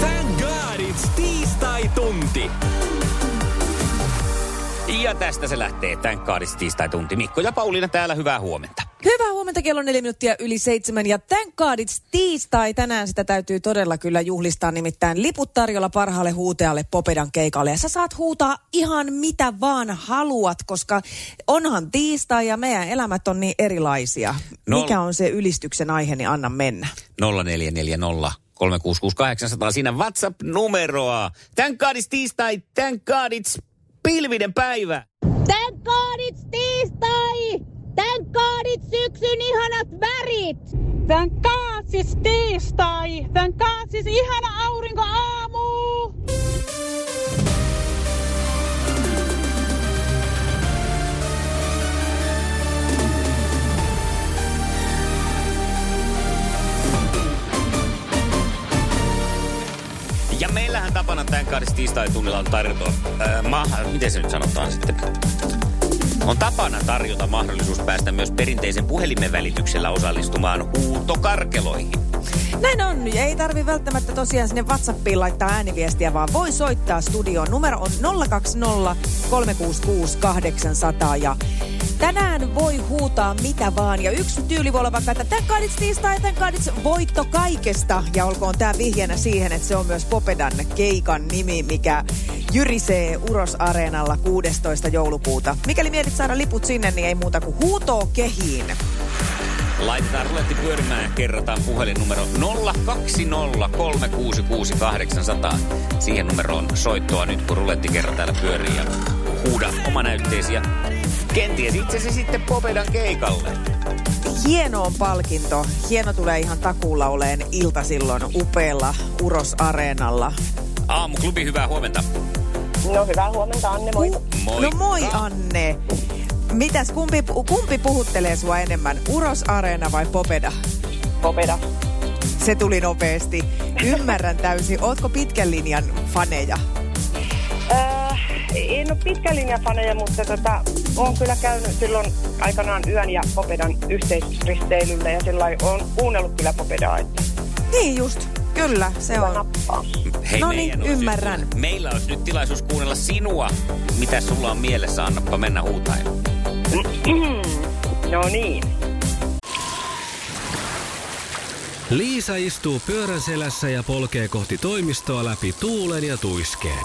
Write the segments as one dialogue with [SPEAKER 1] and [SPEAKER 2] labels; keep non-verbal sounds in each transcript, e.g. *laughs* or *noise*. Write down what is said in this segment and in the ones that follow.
[SPEAKER 1] Thank God it's tiistai-tunti.
[SPEAKER 2] Ja tästä se lähtee tämän kaadis tiistai-tunti. Mikko ja Pauliina täällä, hyvää huomenta.
[SPEAKER 3] Hyvää huomenta, kello on neljä minuuttia yli seitsemän ja thank god it's tiistai. Tänään sitä täytyy todella kyllä juhlistaa, nimittäin liput tarjolla parhaalle huutealle Popedan keikalle. Ja sä saat huutaa ihan mitä vaan haluat, koska onhan tiistai ja meidän elämät on niin erilaisia.
[SPEAKER 2] No-
[SPEAKER 3] Mikä on se ylistyksen aihe, niin anna mennä.
[SPEAKER 2] 0440 366 siinä WhatsApp-numeroa. Tän kaadis tiistai, tän kaadits pilvinen päivä.
[SPEAKER 4] Tän kaadits tiistai! Tän kaadits syksyn ihanat värit! Tän kaadits tiistai! Tän kaadits ihana aurinko aamu!
[SPEAKER 2] Ja meillähän tapana tämän kaadis tiistai-tunnilla on tarjota, ää, ma- miten se nyt sanotaan sitten? On tapana tarjota mahdollisuus päästä myös perinteisen puhelimen välityksellä osallistumaan huutokarkeloihin.
[SPEAKER 3] Näin on. Ei tarvi välttämättä tosiaan sinne WhatsAppiin laittaa ääniviestiä, vaan voi soittaa studioon. Numero on 020 366 800 ja tänään voi huutaa mitä vaan. Ja yksi tyyli voi olla vaikka, että tämän kaadits tiistai, tämän kaadits voitto kaikesta. Ja olkoon tämä vihjeenä siihen, että se on myös Popedan keikan nimi, mikä jyrisee Uros Areenalla 16. joulukuuta. Mikäli mietit saada liput sinne, niin ei muuta kuin huutoo kehiin.
[SPEAKER 2] Laitetaan ruletti pyörimään ja kerrataan puhelinnumero 020366800. Siihen numeroon soittoa nyt, kun ruletti kerran täällä pyörii ja huuda omanäytteisiä. Kenties itsesi sitten Popedan keikalle.
[SPEAKER 3] Hieno on palkinto. Hieno tulee ihan takuulla oleen ilta silloin upealla Uros Areenalla.
[SPEAKER 2] Aamuklubi, hyvää huomenta.
[SPEAKER 5] No hyvää huomenta, Anne, moi.
[SPEAKER 2] Moi.
[SPEAKER 3] No moi Anne. Mitäs, kumpi, kumpi puhuttelee sua enemmän, Uros Areena vai Popeda?
[SPEAKER 5] Popeda.
[SPEAKER 3] Se tuli nopeasti. Ymmärrän täysin. Ootko pitkän linjan faneja?
[SPEAKER 5] Äh, en ole pitkän linjan faneja, mutta tota, olen kyllä käynyt silloin aikanaan yön ja Popedan yhteisristeilyllä ja sillä on kuunnellut kyllä Popedaa, että
[SPEAKER 3] Niin just, kyllä se
[SPEAKER 5] hyvä
[SPEAKER 3] on.
[SPEAKER 5] nappaa.
[SPEAKER 2] Hei,
[SPEAKER 3] No niin,
[SPEAKER 2] meidän olisi
[SPEAKER 3] ymmärrän.
[SPEAKER 2] Nyt, meillä olisi nyt tilaisuus kuunnella sinua. Mitä sulla on mielessä, annappa mennä huutaen.
[SPEAKER 5] *clears throat* no niin.
[SPEAKER 1] Liisa istuu pyörän selässä ja polkee kohti toimistoa läpi tuulen ja tuiskeen.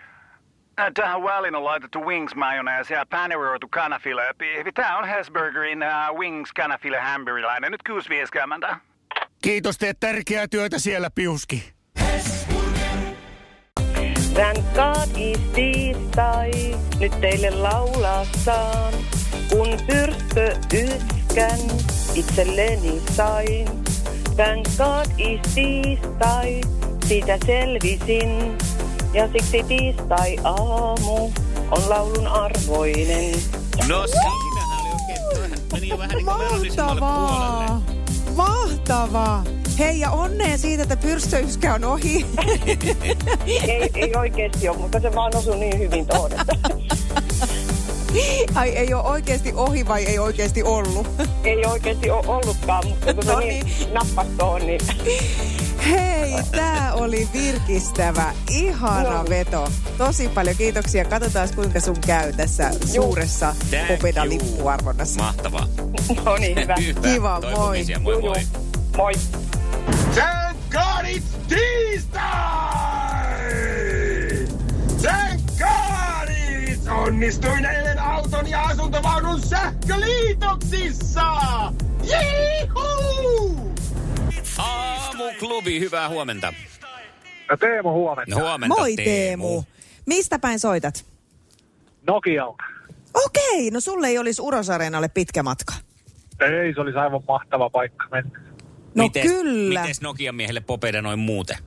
[SPEAKER 6] Ä, Äh, Tähän väliin on laitettu wings mayonnaise ja paneroitu kanafila. Pi- Tää on Hesburgerin äh, wings kanafila hamburilainen. Nyt 6.50.
[SPEAKER 7] Kiitos, teet tärkeää työtä siellä, Piuski.
[SPEAKER 5] Thank God is tiistai, nyt teille laulaa saan. Kun pyrstö yskän itselleni sain. Thank God is tiistai, siitä selvisin. Ja siksi tiistai aamu on laulun arvoinen.
[SPEAKER 2] No siinähän oli oikein. Meni jo vähän niin kuin veronismalle puolelle.
[SPEAKER 3] Mahtavaa! Mahtavaa! Hei ja onnea siitä, että pyrstöyskä on ohi.
[SPEAKER 5] Ei, ei oikeasti ole, mutta se vaan osui niin hyvin tuohon. että
[SPEAKER 3] *laughs* Ai ei ole oikeasti ohi vai ei oikeasti ollut?
[SPEAKER 5] Ei oikeasti ole ollutkaan, mutta kun se
[SPEAKER 3] No
[SPEAKER 5] niin
[SPEAKER 3] niin.
[SPEAKER 5] nappasi tuohon, niin...
[SPEAKER 3] *laughs*
[SPEAKER 5] *laughs*
[SPEAKER 3] Hei, tämä oli virkistävä, ihana
[SPEAKER 5] No.
[SPEAKER 3] veto. Tosi paljon kiitoksia. Katsotaan kuinka sun käy tässä suuressa
[SPEAKER 2] Thank
[SPEAKER 3] Popedan
[SPEAKER 2] you.
[SPEAKER 3] lippuarvonnassa.
[SPEAKER 2] Mahtavaa.
[SPEAKER 5] No niin, hyvä.
[SPEAKER 3] Kiva, moi.
[SPEAKER 2] Toivomisia, moi
[SPEAKER 5] Juu, juu.
[SPEAKER 2] moi.
[SPEAKER 5] Moi.
[SPEAKER 8] Thank God it's Tuesday! Thank God it's Onnistuin eilen auton ja asuntovaunun sähköliitoksissa! Jiihuu!
[SPEAKER 2] Aamuklubi, hyvää huomenta.
[SPEAKER 9] No Teemu, huomenta.
[SPEAKER 2] No, huomenta
[SPEAKER 3] Moi Teemu. Mistä päin soitat?
[SPEAKER 9] Nokialta.
[SPEAKER 3] Okei, no sulle ei olisi Urosareenalle pitkä matka.
[SPEAKER 9] Ei, se olisi aivan mahtava paikka mennä.
[SPEAKER 3] No
[SPEAKER 2] Mites-
[SPEAKER 3] kyllä.
[SPEAKER 2] Mites Nokian miehelle popeda noin muuten?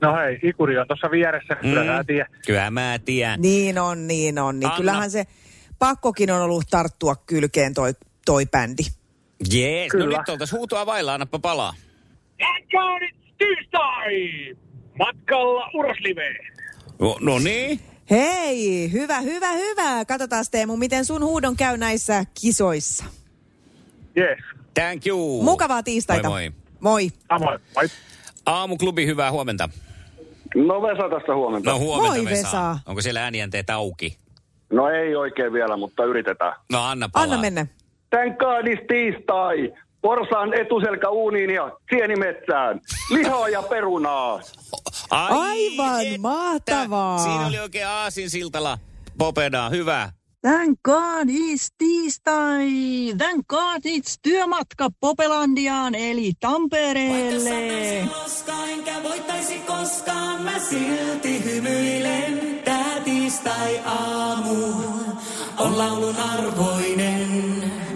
[SPEAKER 9] No hei, Ikuri on tuossa vieressä, mm. kyllä sä tiedät.
[SPEAKER 2] Kyllä mä tiedän.
[SPEAKER 3] Niin on, niin on. Niin
[SPEAKER 2] Anna.
[SPEAKER 3] kyllähän se pakkokin on ollut tarttua kylkeen toi, toi bändi.
[SPEAKER 2] Jees, no
[SPEAKER 9] Kyllä.
[SPEAKER 2] nyt oltais huutoa vailla, annappa palaa.
[SPEAKER 8] Thank God it's Tuesday! Matkalla Urosliveen.
[SPEAKER 2] No, no niin.
[SPEAKER 3] Hei, hyvä, hyvä, hyvä. Katsotaan Teemu, miten sun huudon käy näissä kisoissa.
[SPEAKER 9] Jees,
[SPEAKER 2] Thank you.
[SPEAKER 3] Mukavaa tiistaita.
[SPEAKER 2] Moi moi.
[SPEAKER 3] Moi.
[SPEAKER 9] samoin. Moi.
[SPEAKER 2] Aamuklubi, hyvää huomenta.
[SPEAKER 10] No Vesa tästä huomenta.
[SPEAKER 2] No huomenta
[SPEAKER 3] Moi, Vesa.
[SPEAKER 2] Onko siellä äänijänteet auki?
[SPEAKER 10] No ei oikein vielä, mutta yritetään.
[SPEAKER 2] No anna palaa.
[SPEAKER 3] Anna mennä.
[SPEAKER 10] Tän kaadis tiistai. Porsaan etuselkä uuniin ja sieni metsään. Lihaa ja perunaa.
[SPEAKER 2] Ai,
[SPEAKER 3] Aivan
[SPEAKER 2] että.
[SPEAKER 3] mahtavaa.
[SPEAKER 2] Siinä oli oikein aasinsiltala. Popedaa, hyvä.
[SPEAKER 11] Thank God it's tiistai! Thank God it's työmatka Popelandiaan eli Tampereelle!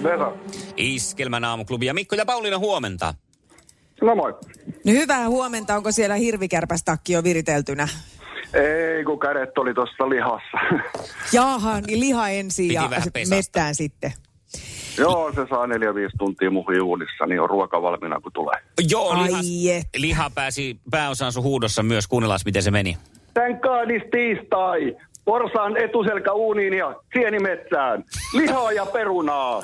[SPEAKER 10] Vesa.
[SPEAKER 2] Iskelmän aamuklubi. Ja Mikko ja Pauliina, huomenta.
[SPEAKER 10] No moi.
[SPEAKER 3] No hyvää huomenta, onko siellä hirvikärpästakki jo viriteltynä?
[SPEAKER 10] Ei, kun kädet oli tuossa lihassa.
[SPEAKER 3] Jaaha, niin liha ensin
[SPEAKER 2] Piti
[SPEAKER 3] ja
[SPEAKER 2] vähän
[SPEAKER 3] se
[SPEAKER 2] pesasta.
[SPEAKER 3] mettään sitten.
[SPEAKER 10] Joo, se saa neljä viisi tuntia muhi uunissa, niin on ruoka valmiina, kun tulee.
[SPEAKER 2] Joo,
[SPEAKER 3] Ai
[SPEAKER 2] lihas,
[SPEAKER 3] että.
[SPEAKER 2] liha pääsi pääosaan sun huudossa myös. Kuunnellaan, miten se meni.
[SPEAKER 10] Tän kaadis tiistai. Porsaan etuselkä uuniin ja sieni metsään. Lihaa ja perunaa.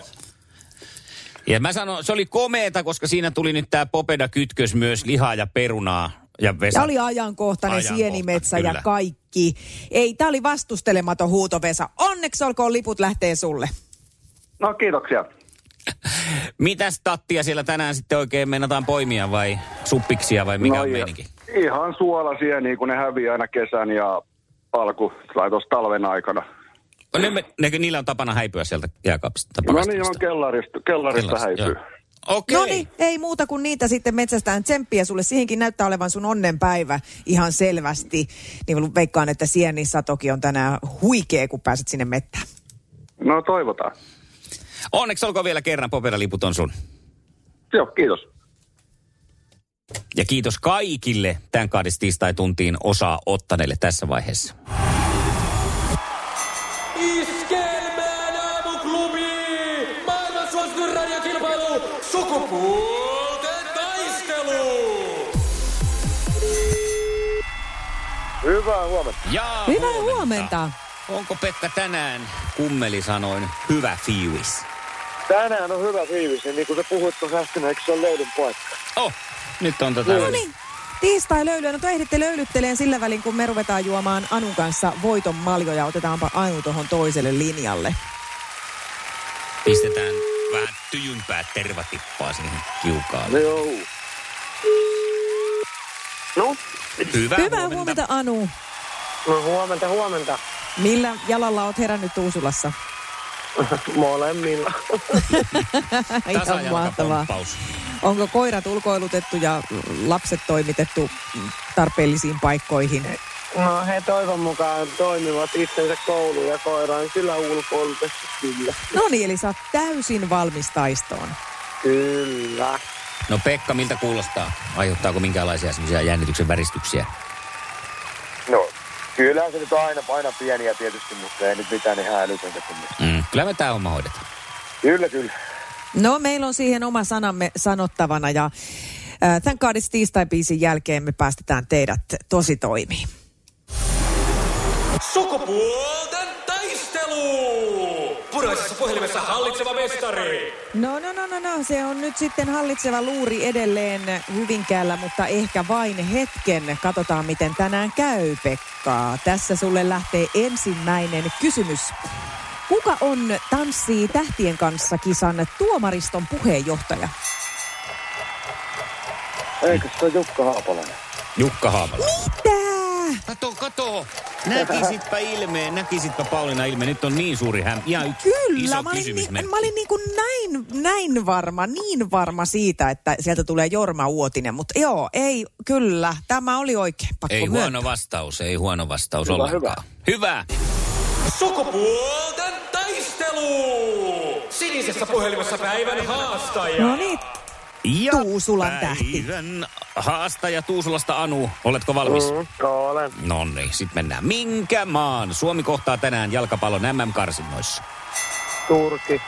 [SPEAKER 2] Ja mä sanon, se oli komeeta, koska siinä tuli nyt tämä popeda-kytkös myös lihaa ja perunaa. Ja Vesa.
[SPEAKER 3] Ja oli ajankohtainen
[SPEAKER 2] Ajankohta,
[SPEAKER 3] sienimetsä
[SPEAKER 2] kyllä.
[SPEAKER 3] ja kaikki. Ei, tää oli vastustelematon huuto, Vesa. Onneksi olkoon liput lähtee sulle.
[SPEAKER 10] No kiitoksia.
[SPEAKER 2] Mitäs tattia siellä tänään sitten oikein meinataan poimia vai suppiksia vai mikä no, on
[SPEAKER 10] ja-
[SPEAKER 2] meininki?
[SPEAKER 10] Ihan suolasia, niin kun ne häviää aina kesän ja alku, tai tuossa talven aikana.
[SPEAKER 2] Ne, No me- ne, niillä on tapana häipyä sieltä jääkaapista.
[SPEAKER 10] No niin, on kellarista, kellarista häipyy.
[SPEAKER 2] Okei.
[SPEAKER 3] No niin, ei muuta kuin niitä sitten metsästään tsemppiä sulle. Siihenkin näyttää olevan sun onnenpäivä ihan selvästi. Niin veikkaan, että sienisatoki on tänään huikea, kun pääset sinne mettään.
[SPEAKER 10] No toivotaan.
[SPEAKER 2] Onneksi olkoon vielä kerran, Popera-liput on sun.
[SPEAKER 10] Joo, kiitos.
[SPEAKER 2] Ja kiitos kaikille tämän kaadis tiistai-tuntiin osaa ottaneille tässä vaiheessa.
[SPEAKER 8] Iskelmään aamuklubi! Maailman suosituin radiokilpailu! Sukupuolten taistelu!
[SPEAKER 10] Hyvää huomenta.
[SPEAKER 2] Ja
[SPEAKER 3] Hyvää huomenta.
[SPEAKER 2] Onko Pekka tänään kummeli sanoin hyvä fiilis?
[SPEAKER 9] Tänään on hyvä fiilis, niin kuin sä puhuit tuossa äsken, eikö se ole löydyn paikka?
[SPEAKER 2] Oh, nyt on tätä.
[SPEAKER 3] No niin, tiistai löylyä. No to ehditte löylytteleen sillä välin, kun me ruvetaan juomaan Anun kanssa voiton maljoja. Otetaanpa Anu tuohon toiselle linjalle.
[SPEAKER 2] Pistetään vähän tyjympää tervatippaa siihen kiukaalle.
[SPEAKER 9] Joo.
[SPEAKER 10] No,
[SPEAKER 2] Hyvää,
[SPEAKER 3] Hyvää huomenta, Anu.
[SPEAKER 9] No huomenta, huomenta.
[SPEAKER 3] Millä jalalla oot herännyt Tuusulassa?
[SPEAKER 9] Molemmilla.
[SPEAKER 3] Ihan mahtavaa.
[SPEAKER 2] Tasajalkapomppaus.
[SPEAKER 3] Onko koirat ulkoilutettu ja lapset toimitettu tarpeellisiin paikkoihin?
[SPEAKER 9] No he toivon mukaan toimivat itsensä kouluun ja koiraan kyllä ulkoilutettu. Kyllä.
[SPEAKER 3] No niin, eli sä oot täysin valmis taistoon.
[SPEAKER 9] Kyllä.
[SPEAKER 2] No Pekka, miltä kuulostaa? Aiheuttaako minkälaisia semmoisia jännityksen väristyksiä?
[SPEAKER 9] No, kyllä se nyt on aina, aina pieniä tietysti, mutta ei nyt mitään ihan älytöntä kummista.
[SPEAKER 2] Mm. Kyllä me tämä homma hoidetaan.
[SPEAKER 9] Kyllä, kyllä.
[SPEAKER 3] No, meillä on siihen oma sanamme sanottavana ja äh, tämän kaadis tiistai-biisin jälkeen me päästetään teidät tosi toimiin.
[SPEAKER 8] Sukupuolten taistelu! Puraisessa puhelimessa hallitseva mestari!
[SPEAKER 3] No, no, no, no, no, se on nyt sitten hallitseva luuri edelleen Hyvinkäällä, mutta ehkä vain hetken. Katsotaan, miten tänään käy, Pekka. Tässä sulle lähtee ensimmäinen kysymys. Kuka on Tanssii tähtien kanssa kisan tuomariston puheenjohtaja?
[SPEAKER 9] Eikö se ole Jukka Haapalainen?
[SPEAKER 2] Jukka Haapala.
[SPEAKER 3] Mitä?
[SPEAKER 2] Kato, kato. Näkisitpä ilmeen, näkisitpä Pauliina ilmeen. Nyt on niin suuri häm. Ja yksi
[SPEAKER 3] Kyllä,
[SPEAKER 2] iso
[SPEAKER 3] mä olin,
[SPEAKER 2] kysymys.
[SPEAKER 3] niin, mä olin niin kuin näin, näin varma, niin varma siitä, että sieltä tulee Jorma Uotinen. Mutta joo, ei, kyllä, tämä oli oikein. Pakko
[SPEAKER 2] Ei
[SPEAKER 3] myöntää.
[SPEAKER 2] huono vastaus, ei huono vastaus
[SPEAKER 3] Hyvä,
[SPEAKER 2] ollenkaan. Hyvä.
[SPEAKER 8] Sukupuolten taistelu! Sinisessä puhelimessa päivän haastaja.
[SPEAKER 3] No niin,
[SPEAKER 2] Ja
[SPEAKER 3] Tuusulan tähti.
[SPEAKER 2] päivän haastaja Tuusulasta Anu, oletko valmis?
[SPEAKER 9] Mm, olen.
[SPEAKER 2] No niin, sit mennään. Minkä maan Suomi kohtaa tänään jalkapallon MM-karsinnoissa?
[SPEAKER 9] Turkki.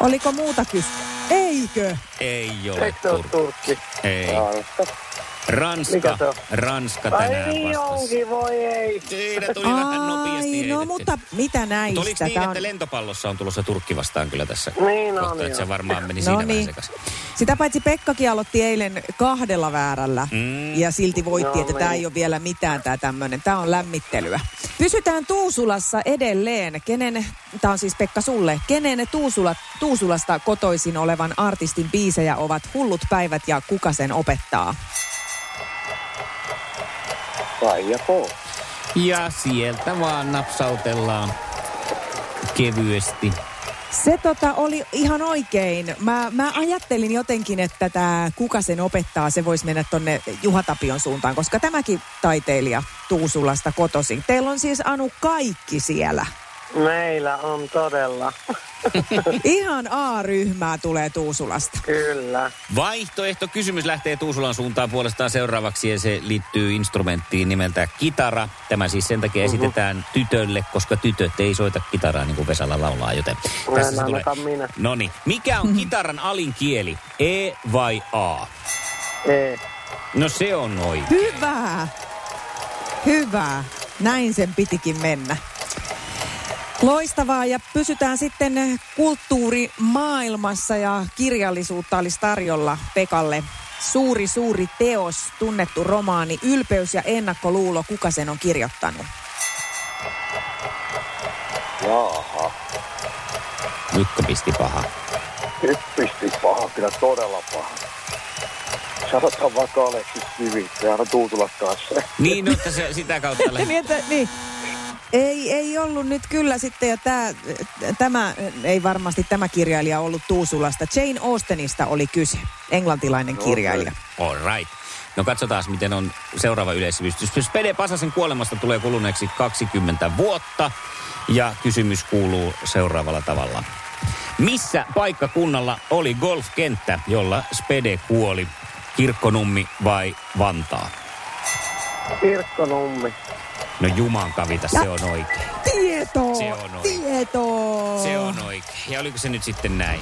[SPEAKER 3] Oliko muuta kysymystä? Eikö?
[SPEAKER 2] Ei ole
[SPEAKER 9] Eikö se ole
[SPEAKER 2] Turkki.
[SPEAKER 9] Turkki?
[SPEAKER 2] Ei.
[SPEAKER 9] Ranska.
[SPEAKER 2] Ranska,
[SPEAKER 9] Mikä se on?
[SPEAKER 2] Ranska
[SPEAKER 9] Ai
[SPEAKER 2] tänään
[SPEAKER 9] niin
[SPEAKER 2] vastasi.
[SPEAKER 9] onkin, voi ei.
[SPEAKER 2] Siinä tuli vähän nopeasti
[SPEAKER 3] Ai, no
[SPEAKER 2] heitetty.
[SPEAKER 3] mutta mitä
[SPEAKER 2] Mutta
[SPEAKER 3] näistä?
[SPEAKER 2] Oliko niin,
[SPEAKER 3] Tää
[SPEAKER 2] että lentopallossa on tulossa Turkki vastaan kyllä tässä
[SPEAKER 9] Niin on,
[SPEAKER 2] kohtaa, että
[SPEAKER 9] joo.
[SPEAKER 2] se varmaan meni
[SPEAKER 3] No
[SPEAKER 2] siinä vähän
[SPEAKER 3] niin.
[SPEAKER 2] sekaisin.
[SPEAKER 3] Sitä paitsi Pekkakin aloitti eilen kahdella väärällä
[SPEAKER 2] Mm.
[SPEAKER 3] ja silti voitti,
[SPEAKER 9] No
[SPEAKER 3] että tämä
[SPEAKER 9] niin.
[SPEAKER 3] ei ole vielä mitään tämä tämmöinen. Tämä on lämmittelyä. Pysytään Tuusulassa edelleen. Kenen, tämä on siis Pekka sulle, kenen Tuusula, Tuusulasta kotoisin olevan artistin biisejä ovat Hullut päivät ja Kuka sen opettaa?
[SPEAKER 9] Kaija K.
[SPEAKER 2] Ja sieltä vaan napsautellaan kevyesti.
[SPEAKER 3] Se tota oli ihan oikein. Mä, mä ajattelin jotenkin, että tämä Kuka sen opettaa, se voisi mennä tonne Juha Tapion suuntaan, koska tämäkin taiteilija Tuusulasta kotoisin. Teillä on siis Anu kaikki siellä.
[SPEAKER 9] Meillä on todella.
[SPEAKER 3] Ihan A-ryhmää tulee Tuusulasta.
[SPEAKER 9] Kyllä.
[SPEAKER 2] Vaihtoehto kysymys lähtee Tuusulan suuntaan puolestaan seuraavaksi ja se liittyy instrumenttiin nimeltä kitara. Tämä siis sen takia
[SPEAKER 9] Mhm.
[SPEAKER 2] esitetään tytölle, koska tytöt ei soita kitaraa niin kuin Vesala laulaa, joten
[SPEAKER 9] No, en ainakaan minä.
[SPEAKER 2] No niin, mikä on kitaran alin kieli? E vai A?
[SPEAKER 9] Ei.
[SPEAKER 2] No se on oikein.
[SPEAKER 3] Hyvä! Hyvä! Näin sen pitikin mennä. Loistavaa ja pysytään sitten kulttuurimaailmassa ja kirjallisuutta olisi tarjolla Pekalle. Suuri, suuri teos, tunnettu romaani, ylpeys ja ennakkoluulo, kuka sen on kirjoittanut?
[SPEAKER 9] Jaaha.
[SPEAKER 2] Jukka pisti paha.
[SPEAKER 9] Nyt pisti paha, kyllä todella paha. Sanotaan vaikka Aleksis Kivi, se on Tuutulat kanssa.
[SPEAKER 2] Niin, no, että se, sitä
[SPEAKER 9] *laughs*
[SPEAKER 2] kautta lähtee.
[SPEAKER 3] niin, että, niin. Ei, ei ollut nyt kyllä sitten, ja tää, tämä, ei varmasti tämä kirjailija ollut Tuusulasta. Jane Austenista oli kyse, englantilainen kirjailija.
[SPEAKER 2] All right. No katsotaan, miten on seuraava yleissivistys. Spede Pasasen kuolemasta tulee kuluneeksi 20 vuotta. Ja kysymys kuuluu seuraavalla tavalla. Missä paikkakunnalla oli golfkenttä, jolla Spede kuoli? Kirkkonummi vai Vantaa?
[SPEAKER 9] Kirkkonummi.
[SPEAKER 2] No jumankavita, se on oikein.
[SPEAKER 3] Tietoa!
[SPEAKER 2] Se on oikein.
[SPEAKER 3] tietoa!
[SPEAKER 2] Se on oikein. Ja oliko se nyt sitten näin?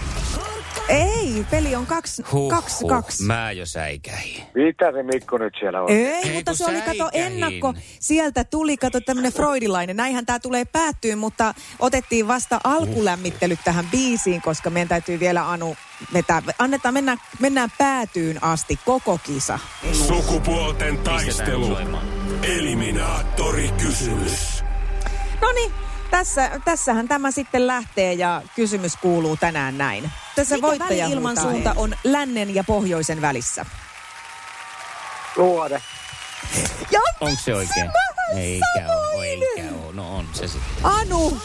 [SPEAKER 3] Ei, peli on kaksi,
[SPEAKER 2] Huh,
[SPEAKER 3] kaksi,
[SPEAKER 2] huh.
[SPEAKER 3] kaksi.
[SPEAKER 2] Mä jo säikäin.
[SPEAKER 9] Mitä se Mikko nyt siellä on?
[SPEAKER 3] Ei,
[SPEAKER 2] Ei,
[SPEAKER 3] mutta
[SPEAKER 2] kun
[SPEAKER 3] se oli, kato,
[SPEAKER 2] säikähin.
[SPEAKER 3] ennakko. Sieltä tuli, kato, tämmönen freudilainen. Näinhän tämä tulee päättyy, mutta otettiin vasta alkulämmittelyt tähän biisiin, koska meidän täytyy vielä Anu vetää. Annetaan, mennään, mennään päätyyn asti koko kisa.
[SPEAKER 8] Sukupuolten taistelu.
[SPEAKER 2] soimaan.
[SPEAKER 8] Eliminaattori kysymys.
[SPEAKER 3] No niin, tässä, tässähän tämä sitten lähtee ja kysymys kuuluu tänään näin. Tässä
[SPEAKER 11] Mikä
[SPEAKER 3] voittaja ilman
[SPEAKER 11] väliilmansuunta
[SPEAKER 3] suunta on lännen ja pohjoisen välissä.
[SPEAKER 9] Luode.
[SPEAKER 3] Ja
[SPEAKER 2] Onko se oikein? Eikä ole, eikä ole. No on se sitten.
[SPEAKER 3] Anu,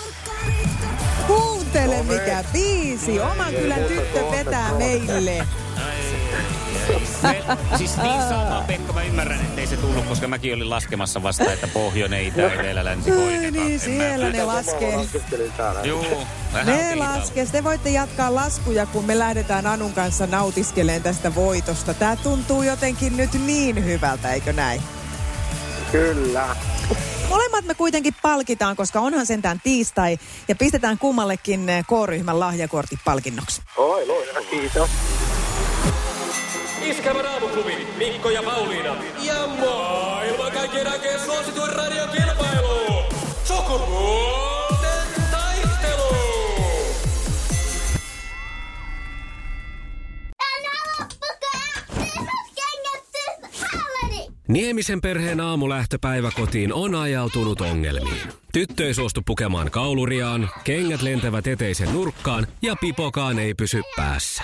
[SPEAKER 3] kuuntele mikä biisi. Oman kylän tyttö vetää meille.
[SPEAKER 2] Siis niin sama, Pekka, mä ymmärrän, ettei se tullut, kokä mäkin olin laskemassa vasta, että pohjoinen, itä, etelä, länsi,
[SPEAKER 3] No. Ai
[SPEAKER 2] koinen.
[SPEAKER 3] niin, siellä ne
[SPEAKER 9] Mä
[SPEAKER 3] laskee.
[SPEAKER 9] laskeskelin täällä.
[SPEAKER 2] Joo, vähän
[SPEAKER 3] Ne
[SPEAKER 2] on
[SPEAKER 3] laskee. Te voitte jatkaa laskuja, kun me lähdetään Anun kanssa nautiskeleen tästä voitosta. Tää tuntuu jotenkin nyt niin hyvältä, eikö näin?
[SPEAKER 9] Kyllä.
[SPEAKER 3] Molemmat me kuitenkin palkitaan, koska onhan sentään tiistai ja pistetään kummallekin eh, K-ryhmän lahjakortit palkinnoksi.
[SPEAKER 9] Oi, loistava. Kiitos.
[SPEAKER 8] Iskävä raamuklubi, Mikko ja Pauliina. Ja maailman kaikkien aikeen suosituen radiokilpailu. Sukupuolten taistelu.
[SPEAKER 1] Niemisen perheen aamulähtöpäivä kotiin on ajautunut ongelmiin. Tyttö ei suostu pukemaan kauluriaan, kengät lentävät eteisen nurkkaan ja pipokaan ei pysy päässä.